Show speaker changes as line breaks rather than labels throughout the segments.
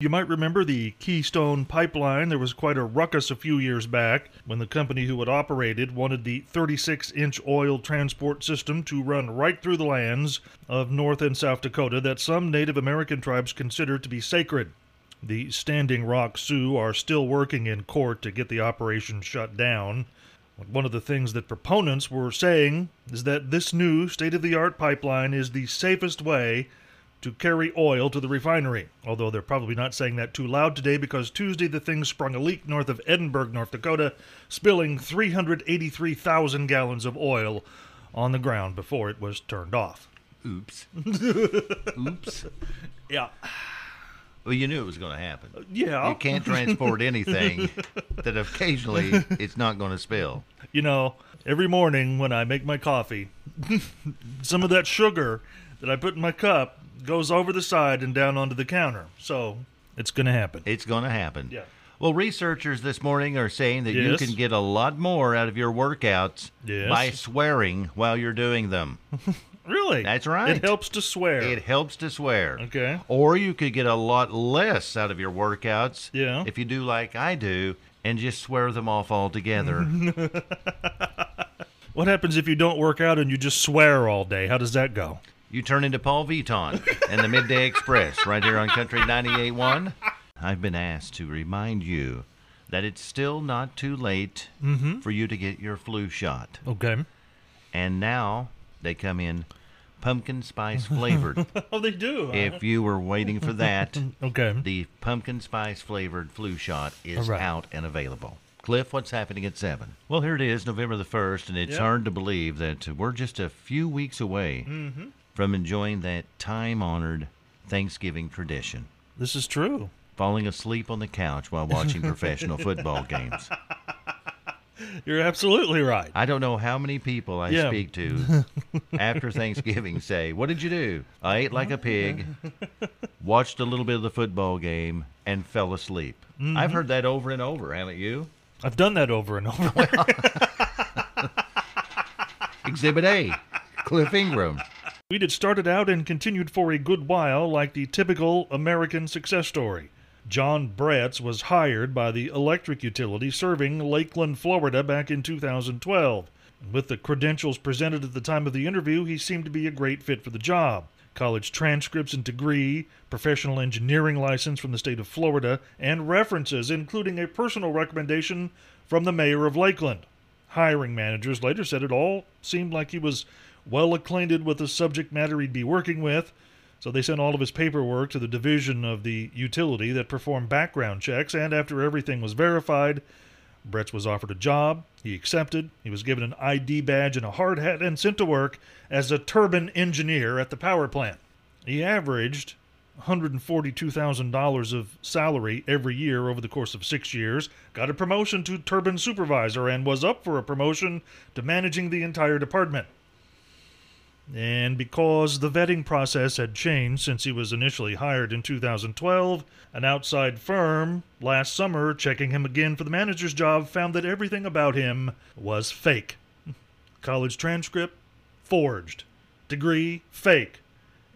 You might remember the Keystone Pipeline. There was quite a ruckus a few years back when the company who had operated wanted the 36 inch oil transport system to run right through the lands of North and South Dakota that some Native American tribes consider to be sacred. The Standing Rock Sioux are still working in court to get the operation shut down. One of the things that proponents were saying is that this new state of the art pipeline is the safest way to carry oil to the refinery. Although they're probably not saying that too loud today because Tuesday the thing sprung a leak north of Edinburgh, North Dakota, spilling 383,000 gallons of oil on the ground before it was turned off.
Oops. Oops.
Yeah.
Well, you knew it was going to happen.
Yeah.
You can't transport anything that occasionally it's not going to spill.
You know, every morning when I make my coffee, some of that sugar that I put in my cup goes over the side and down onto the counter. So it's going to happen.
It's going to happen.
Yeah.
Well, researchers this morning are saying that you
Yes.
can get a lot more out of your workouts
Yes.
by swearing while you're doing them.
Really?
That's right.
It helps to swear.
It helps to swear.
Okay.
Or you could get a lot less out of your workouts
Yeah.
if you do like I do and just swear them off
Mm-hmm.
altogether.
What happens if you don't work out and you just swear all day? How does that go?
you turn into Paul Vuitton and the Midday Express right here on Country 98.1. I've been asked to remind you that it's still not too late for you to get your flu shot.
Okay.
And now they come in pumpkin spice flavored.
Oh, they do. huh?
if you were waiting for that,
okay.
the pumpkin spice flavored flu shot is
All right.
out and available. Cliff, what's happening at 7? Well, here it is, November the 1st, and it's
Yeah.
hard to believe that we're just a few weeks away
Mm-hmm.
from enjoying that time honored Thanksgiving tradition
This is true.
falling asleep on the couch while watching professional football games.
You're absolutely right.
I don't know how many people I
Yeah.
speak to after Thanksgiving say, What did you do? I ate like a pig, watched a little bit of the football game, and fell asleep.
Mm-hmm.
I've heard that over and over, haven't you?
I've done that over and over.
Exhibit A, Cliff Ingram.
we did started out and continued for a good while like the typical American success story. John Bratz was hired by the electric utility serving Lakeland, Florida back in 2012. With the credentials presented at the time of the interview, he seemed to be a great fit for the job. College transcripts and degree, professional engineering license from the state of Florida, and references, including a personal recommendation from the mayor of Lakeland. Hiring managers later said it all seemed like he was well acquainted with the subject matter he'd be working with, so they sent all of his paperwork to the division of the utility that performed background checks, and after everything was verified, Bretz was offered a job. He accepted. He was given an ID badge and a hard hat and sent to work as a turbine engineer at the power plant. He averaged $142,000 of salary every year over the course of six years, got a promotion to turbine supervisor, and was up for a promotion to managing the entire department. And because the vetting process had changed since he was initially hired in 2012, an outside firm last summer checking him again for the manager's job found that everything about him was fake. College transcript, forged. Degree, fake.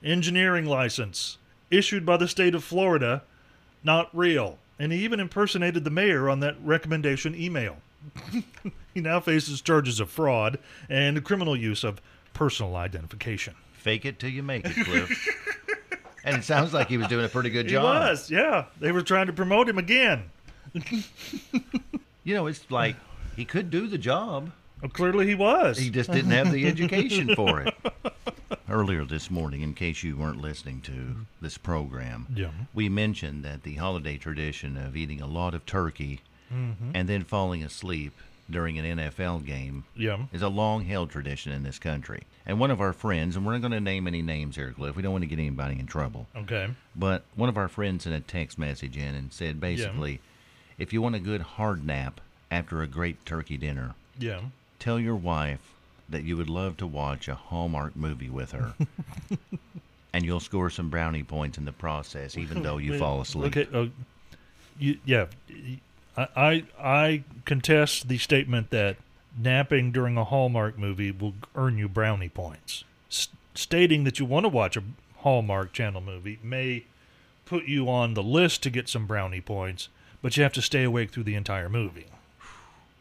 Engineering license, issued by the state of Florida, not real. And he even impersonated the mayor on that recommendation email. he now faces charges of fraud and criminal use of personal identification.
Fake it till you make it, Cliff. and it sounds like he was doing a pretty good
He
job.
was, yeah. They were trying to promote him again.
You know, it's like he could do the job.
Well, Oh, clearly he was.
He just didn't have the education for it. Earlier this morning, in case you weren't listening to this program,
Yeah.
we mentioned that the holiday tradition of eating a lot of turkey and then falling asleep during an NFL game
Yeah.
is a long held tradition in this country. And one of our friends, and we're not going to name any names here, Cliff, we don't want to get anybody in trouble,
Okay.
but one of our friends sent a text message in and said basically, if you want a good hard nap after a great turkey dinner,
Yeah.
tell your wife that you would love to watch a Hallmark movie with her. And you'll score some brownie points in the process, even though you fall asleep.
Okay. Uh, you, yeah. I, I I contest the statement that napping during a Hallmark movie will earn you brownie points. S- stating that you want to watch a Hallmark Channel movie may put you on the list to get some brownie points, but you have to stay awake through the entire movie.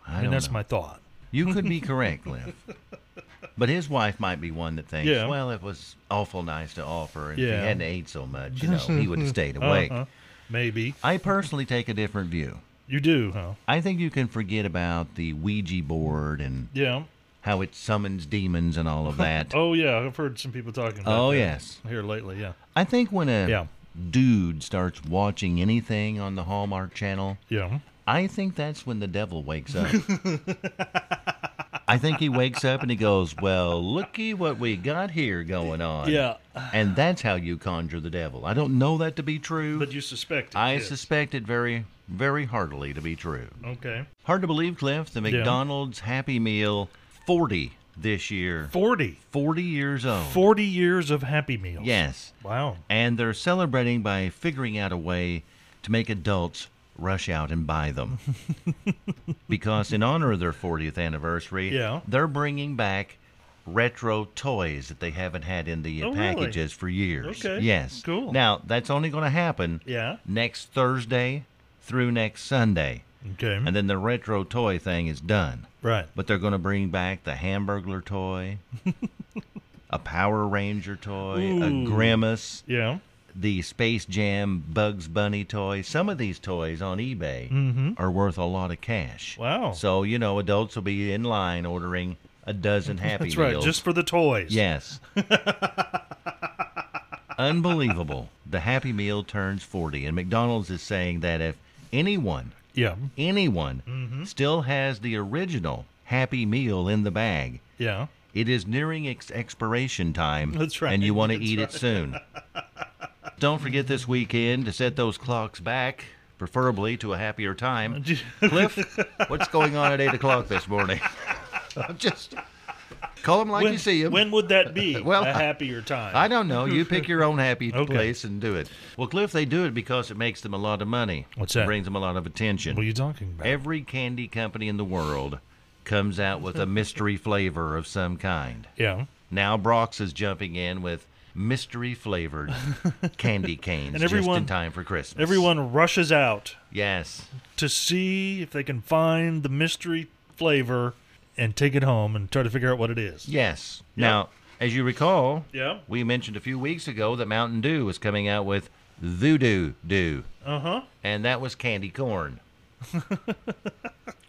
I
And
don't
that's
know.
my thought.
You could be correct, Cliff. But his wife might be one that thinks,
Yeah.
well, it was awful nice to offer, and if
Yeah.
he hadn't ate so much, you know, he would have stayed awake.
Uh-huh. Maybe
I personally take a different view.
you do, huh?
I think you can forget about the Ouija board and
Yeah.
how it summons demons and all of that.
Oh yeah, I've heard some people talking about
Oh,
that
yes.
here lately, yeah.
I think when a
Yeah.
dude starts watching anything on the Hallmark Channel,
Yeah.
I think that's when the devil wakes up. I think he wakes up and he goes, Well, looky what we got here going on.
Yeah.
And that's how you conjure the devil. I don't know that to be true.
But you suspect it.
I
yes.
suspect it very, very heartily to be true.
Okay.
Hard to believe, Cliff, the
Yeah.
McDonald's Happy Meal 40 this year.
40.
40 years old.
40 years of Happy Meals.
Yes.
Wow.
And they're celebrating by figuring out a way to make adults rush out and buy them. because in honor of their 40th anniversary,
Yeah.
they're bringing back retro toys that they haven't had in the
Oh, really?
packages for years.
Okay.
Yes.
Cool.
Now, that's only going to happen
Yeah.
next Thursday through next Sunday.
Okay.
And then the retro toy thing is done.
right.
But they're going to bring back the Hamburglar toy, a Power Ranger toy, a
Ooh.
Grimace,
Yeah.
the Space Jam Bugs Bunny toy. Some of these toys on eBay are worth a lot of cash.
Mm-hmm. Wow.
So, you know, adults will be in line ordering a dozen Happy
That's right.
Meals.
Just for the toys.
Yes. Unbelievable. The Happy Meal turns 40, and McDonald's is saying that if anyone,
Yeah.
anyone
Mm-hmm.
still has the original Happy Meal in the bag,
Yeah.
it is nearing ex- expiration time.
That's right.
And you want to
That's
eat
right.
it soon. Don't forget this weekend to set those clocks back, preferably to a happier time. Cliff, what's going on at 8 o'clock this morning? Just call them like
when,
you see them.
when would that be?
Well,
a happier time.
I don't know. You pick your own happy
Okay.
place and do it. Well, Cliff, they do it because it makes them a lot of money.
What's that?
It brings them a lot of attention.
What are you talking about?
Every candy company in the world comes out with a mystery flavor of some kind.
yeah.
Now Brox is jumping in with mystery flavored candy canes
And everyone-
just in time for Christmas.
Everyone rushes out
Yes.
to see if they can find the mystery flavor and take it home and try to figure out what it is.
Yes. Now, as you recall,
Yeah.
we mentioned a few weeks ago that Mountain Dew was coming out with Voodoo Dew.
Uh huh.
and that was candy corn.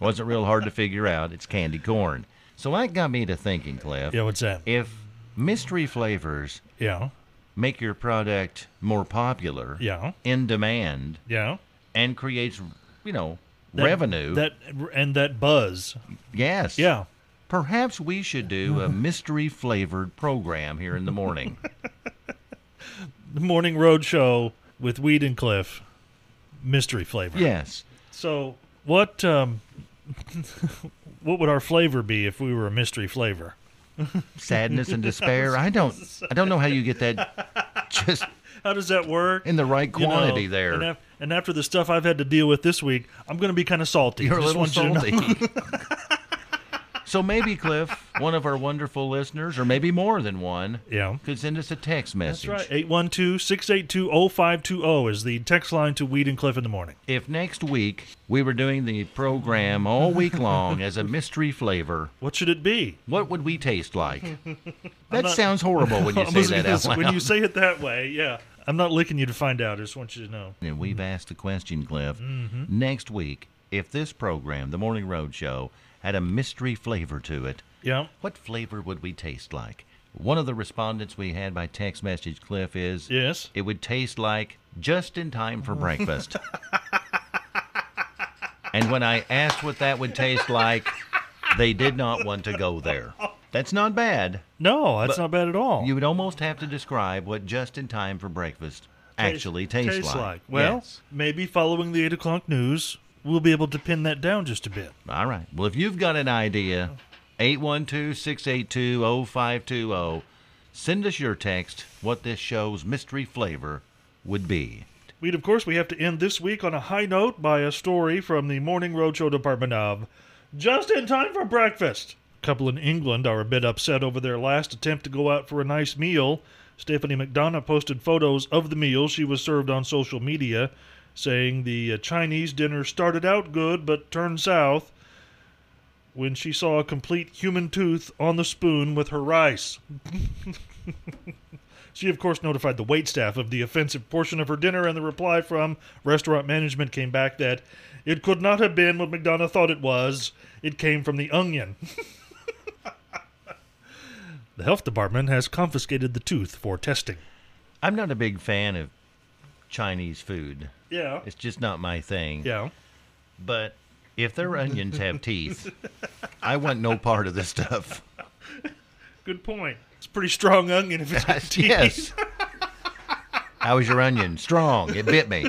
Wasn't real hard to figure out. It's candy corn. So that got me to thinking, Cliff.
Yeah. What's that?
If mystery flavors
Yeah.
make your product more popular,
Yeah.
in demand,
Yeah.
and creates, you know,
That-
revenue,
That and that buzz.
yes,
Yeah.
perhaps we should do a mystery flavored program here in the morning.
the morning road show with Weed and Cliff, mystery flavor.
yes.
So what um, what would our flavor be if we were a mystery flavor?
Sadness and despair. I don't I don't know how you get that just
How does that work?
in the right
You know,
quantity there.
And, af- and after the stuff I've had to deal with this week, I'm going to be kind of salty.
You're a
Just
little
want you to know.
salty. so maybe Cliff, one of our wonderful listeners, or maybe more than one,
Yeah.
could send us a text
That's
message.
right. 812 682 0520 is the text line to Weed and Cliff in the morning.
If next week we were doing the program all week long as a mystery flavor,
What should it be?
what would we taste like? That
not-
sounds horrible when you
I
say
was
that
gonna
out
say-
loud.
when you say it that way, yeah. I'm not licking you to find out. I just want you to know.
And we've asked the question, Cliff.
Mm-hmm.
Next week, if this program, the Morning Road Show, had a mystery flavor to it,
Yeah.
What flavor would we taste like? One of the respondents we had by text message, Cliff, is
Yes.
it would taste like just in time for breakfast. and when I asked what that would taste like, They did not want to go there. That's not bad.
No, that's not bad at all.
You would almost have to describe what just in time for breakfast actually tastes, like.
Well,
Yes.
maybe following the 8 o'clock news, we'll be able to pin that down just a bit.
All right. Well, if you've got an idea, 812-682-0520, send us your text what this show's mystery flavor would be.
We'd, of course, we have to end this week on a high note by a story from the Morning Roadshow department of Just in Time for Breakfast. A couple in England are a bit upset over their last attempt to go out for a nice meal. Stephanie McDonough posted photos of the meal she was served on social media, saying the uh, Chinese dinner started out good but turned south when she saw a complete human tooth on the spoon with her rice. She, of course, notified the waitstaff of the offensive portion of her dinner, and the reply from restaurant management came back that it could not have been what McDonough thought it was. It came from the onion. the health department has confiscated the tooth for testing.
I'm not a big fan of Chinese food.
Yeah.
It's just not my thing.
Yeah.
But if their onions have teeth, I want no part of this stuff.
Good point. It's a pretty strong onion if it's got teeth.
Yes. How was your onion? Strong. It bit me.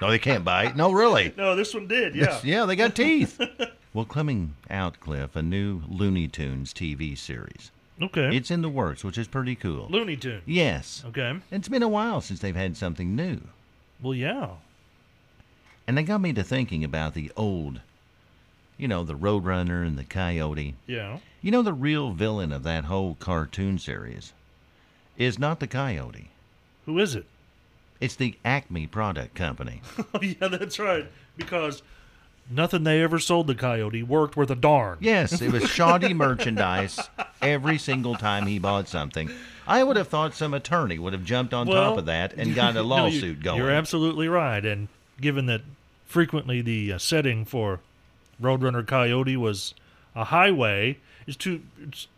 No, they can't bite. No, really.
No, this one did. Yeah.
Yes, yeah, they got teeth. well, coming out, Cliff, a new Looney Tunes TV series.
Okay.
It's in the works, which is pretty cool.
Looney Tune.
Yes.
Okay.
It's been a while since they've had something new.
Well, yeah.
And they got me to thinking about the old, you know, the Roadrunner and the Coyote.
Yeah.
You know, the real villain of that whole cartoon series is not the Coyote,
Who is it?
it's the Acme Product Company.
Oh, yeah, that's right. Because nothing they ever sold the coyote worked worth a darn.
Yes, it was shoddy merchandise every single time he bought something. I would have thought some attorney would have jumped on
Well,
top of that and got a
No, you-
lawsuit going.
You're absolutely right. And given that frequently the uh, setting for Roadrunner Coyote was a highway, it's too it's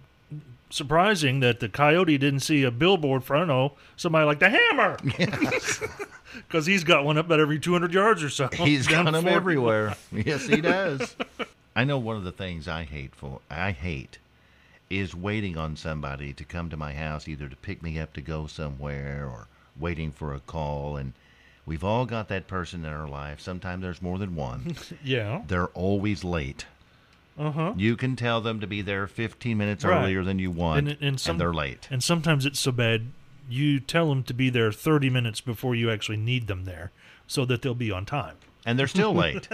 surprising that the coyote didn't see a billboard for, I don't know, somebody like the hammer. Because he's got one up about every 200 yards or so.
He's
Down
got them
Fort-
everywhere. Yes, he does. I know one of the things I hate for I hate is waiting on somebody to come to my house either to pick me up to go somewhere or waiting for a call and we've all got that person in our life. Sometimes there's more than one.
Yeah.
They're always late.
Uh huh.
You can tell them to be there 15 minutes
Right.
earlier than you want,
And- and some-
they're late.
And sometimes it's so bad, you tell them to be there 30 minutes before you actually need them there so that they'll be on time.
And they're still late.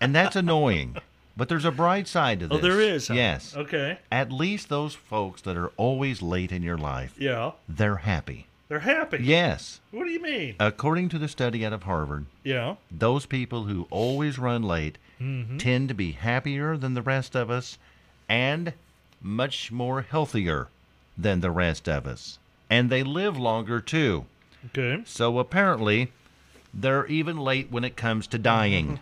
and that's annoying. But there's a bright side to this.
Oh, there is. huh? Oh.
Yes.
Okay.
At least those folks that are always late in your life,
Yeah.
they're happy.
They're happy.
Yes.
What do you mean?
According to the study out of Harvard,
Yeah.
those people who always run late tend to be happier than the rest of us and much more healthier than the rest of us. And they live longer too.
Okay.
So apparently, they're even late when it comes to dying.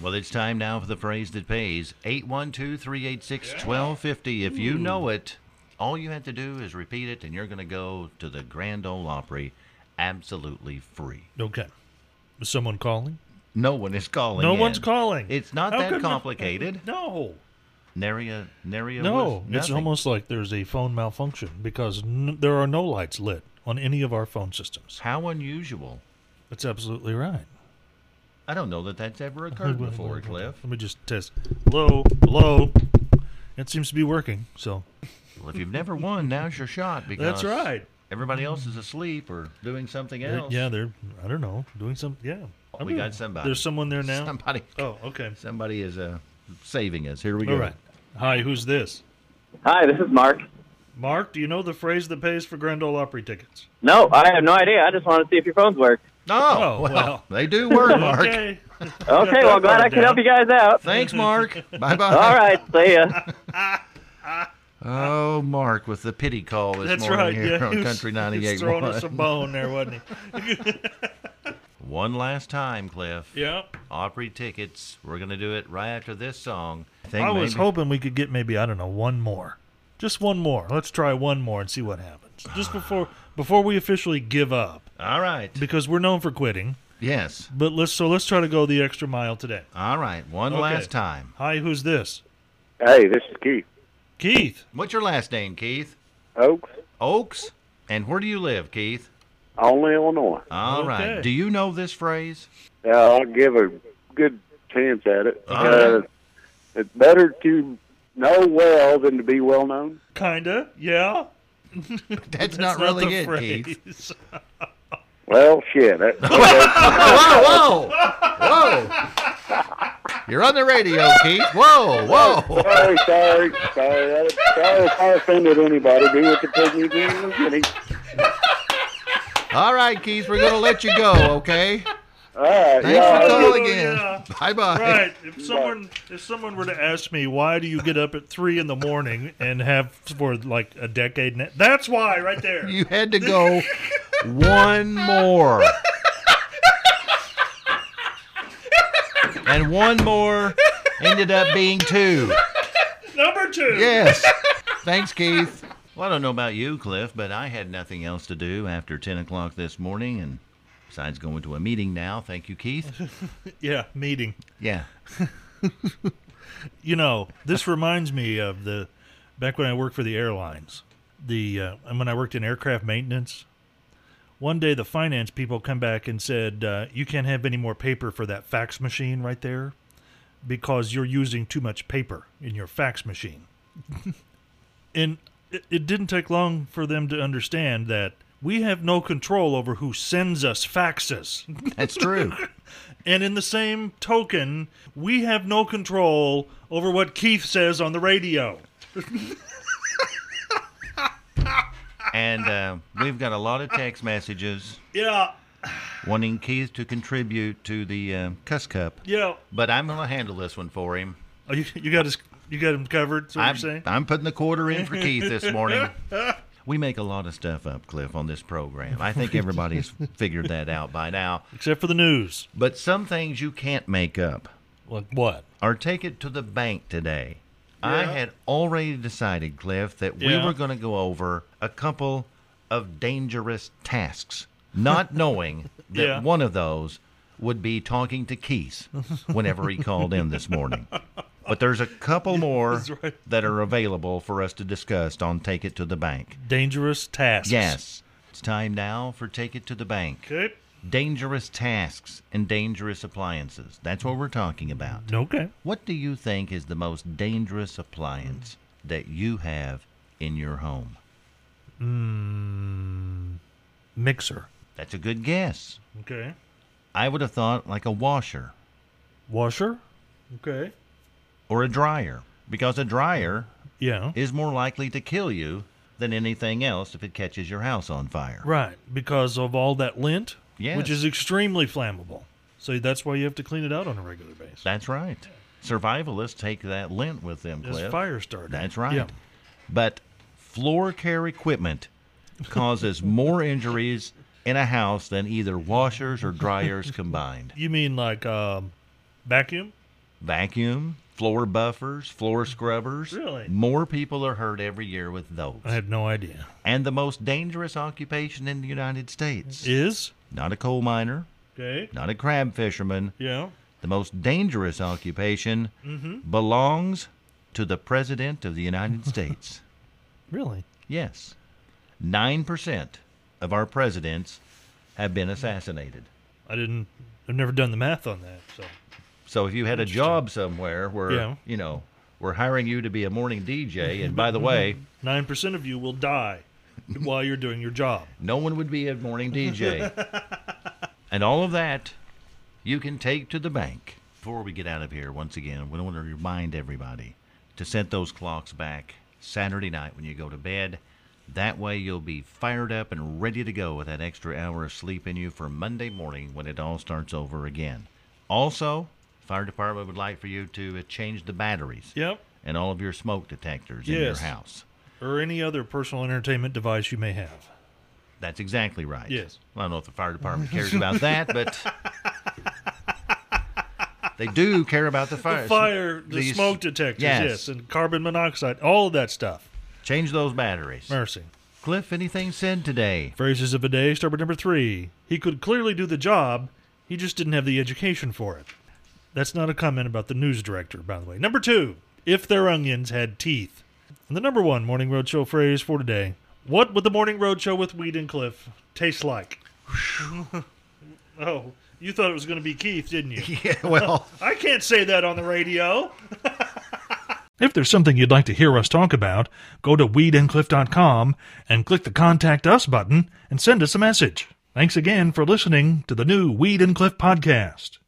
well, it's time now for the phrase that pays 812 386 1250. If you know it, all you have to do is repeat it, and you're going to go to the Grand Ole Opry absolutely free.
Okay. Is someone calling?
No one is calling.
No
in.
one's calling.
It's not
How
that
could you-
complicated.
No.
Nary a, nary a
No.
was
It's
nothing.
almost like there's a phone malfunction because n- there are no lights lit on any of our phone systems.
How unusual.
That's absolutely right.
I don't know that that's ever occurred before, Cliff.
Let me just test. Hello. Hello. It seems to be working. So
Well, if you've never won, now's your shot because
that's right.
Everybody else is asleep or doing something
They're-
else. Oh,
yeah, they're I don't know doing some. Yeah. I
we
don't
got
know.
somebody.
There's someone there now.
Somebody,
Oh, okay.
somebody is uh, saving us. Here we go.
All right. Hi, who's this?
Hi, this is Mark.
Mark, do you know the phrase that pays for Grand Ole Opry tickets?
No, I have no idea. I just wanted to see if your phones work.
Oh,
Oh,
well,
well.
they do work, Mark.
Okay.
Okay, well, glad I could help you guys out.
Thanks, Mark. bye bye.
All right, see ya.
Oh, Mark with the pity call this
That's
morning
right.
here
yeah,
on
he was-
Country
he was
98.
throwing us a bone there, wasn't he?
One last time, Cliff.
yeah.
Opry tickets. We're going to do it right after this song. I, think
I was
maybe-
hoping we could get maybe I don't know one more, just one more. Let's try one more and see what happens. Just before before we officially give up,
All right.
because we're known for quitting.
Yes.
But let's so let's try to go the extra mile today.
All right. One
Okay.
last time.
Hi, who's this?
Hey, this is Keith
Keith.
What's your last name, Keith?
Oaks,
Oaks. And where do you live, Keith?
only Illinois.
All right.
Okay.
Do you know this phrase?
Uh, I'll give a good chance at it.
Okay.
Uh, it's better to know well than to be well known.
Kinda. Yeah.
That's,
That's
not really
the
it,
phrase.
Keith.
Well, shit. That, that-
Whoa, whoa, whoa! You're on the radio, Keith. Whoa, whoa!
sorry, sorry, sorry. I- Sorry if I offended anybody. Do what the pig you do. and he-
All right, Keith, we're gonna let you go. Okay.
All right,
Thanks
yeah,
for
I-
calling
Oh, yeah.
in. Bye bye.
Right. If someone if someone were to ask me why do you get up at three in the morning and have for like a decade, and a- that's why right there.
You had to go one more. And one more ended up being two.
Number two.
Yes. Thanks, Keith. Well, I don't know about you, Cliff, but I had nothing else to do after 10 o'clock this morning. And besides going to a meeting now, thank you, Keith.
Yeah. Meeting.
Yeah.
You know, this reminds me of the back when I worked for the airlines. The uh, and when I worked in aircraft maintenance, one day the finance people come back and said, uh, "You can't have any more paper for that fax machine right there, because you're using too much paper in your fax machine." and it, it didn't take long for them to understand that we have no control over who sends us faxes.
That's true.
And in the same token, we have no control over what Keith says on the radio.
And uh, we've got a lot of text messages
Yeah,
wanting Keith to contribute to the uh, cuss cup.
yeah.
But I'm going to handle this one for him.
Oh, you, you got his, you got him covered. So you're
I'm,
saying?
I'm putting the quarter in for Keith this morning. We make a lot of stuff up, Cliff, on this program. I think everybody's figured that out by now.
Except for the news.
But some things you can't make up
Like what?
or take it to the bank today. I had already decided, Cliff, that we
Yeah.
were going to go over a couple of dangerous tasks, not knowing that
Yeah.
one of those would be talking to Keith whenever he called in this morning. But there's a couple more
right.
that are available for us to discuss on Take It to the Bank.
Dangerous tasks.
Yes. It's time now for Take It to the Bank.
Okay.
Dangerous tasks and dangerous appliances. That's what we're talking about.
Okay.
What do you think is the most dangerous appliance that you have in your home?
Mixer.
That's a good guess.
Okay.
I would have thought like a washer
Washer. Okay.
or a dryer, because a dryer
Yeah.
is more likely to kill you than anything else if it catches your house on fire.
Right. Because of all that lint,
Yes.
which is extremely flammable. So that's why you have to clean it out on a regular basis.
That's right. Survivalists take that lint with them,
It's
Cliff.
fire starter.
That's right.
Yeah.
But floor care equipment causes more injuries in a house than either washers or dryers combined.
You mean like um, vacuum?
vacuum, floor buffers, floor scrubbers.
Really?
More people are hurt every year with those.
I had no idea.
and the most dangerous occupation in the United States.
Is
not a coal miner,
okay.
not a crab fisherman.
Yeah.
The most dangerous occupation
Mm-hmm.
belongs to the President of the United States.
Really?
Yes. 9% of our presidents have been assassinated.
I didn't. I've never done the math on that. So
So if you had a job somewhere where,
Yeah.
you know, we're hiring you to be a morning DJ, and by the way,
nine percent of you will die while you're doing your job.
No one would be a morning DJ. and all of that you can take to the bank. Before we get out of here, once again, we want to remind everybody to set those clocks back Saturday night when you go to bed. That way you'll be fired up and ready to go with that extra hour of sleep in you for Monday morning when it all starts over again. Also, fire department would like for you to uh, change the batteries
Yep.
and all of your smoke detectors in your
Yes.
house.
Or any other personal entertainment device you may have.
That's exactly right.
Yes.
Well, I don't know if the fire department cares about that, but they do care about the fire.
Fire, the
These-
smoke detectors,
yes.
yes. and carbon monoxide, all of that stuff.
Change those batteries.
Mercy.
Cliff, anything said today?
Phrases of the day, start with number three. He could clearly do the job. He just didn't have the education for it. That's not a comment about the news director, by the way. Number two, if their onions had teeth. And the number one Morning Roadshow phrase for today What would the Morning Roadshow with Weed and Cliff taste like? oh, you thought it was going to be Keith, didn't you?
Yeah, well,
I can't say that on the radio. if there's something you'd like to hear us talk about, go to weedandcliff.com and click the Contact Us button and send us a message. Thanks again for listening to the new Weed and Cliff podcast.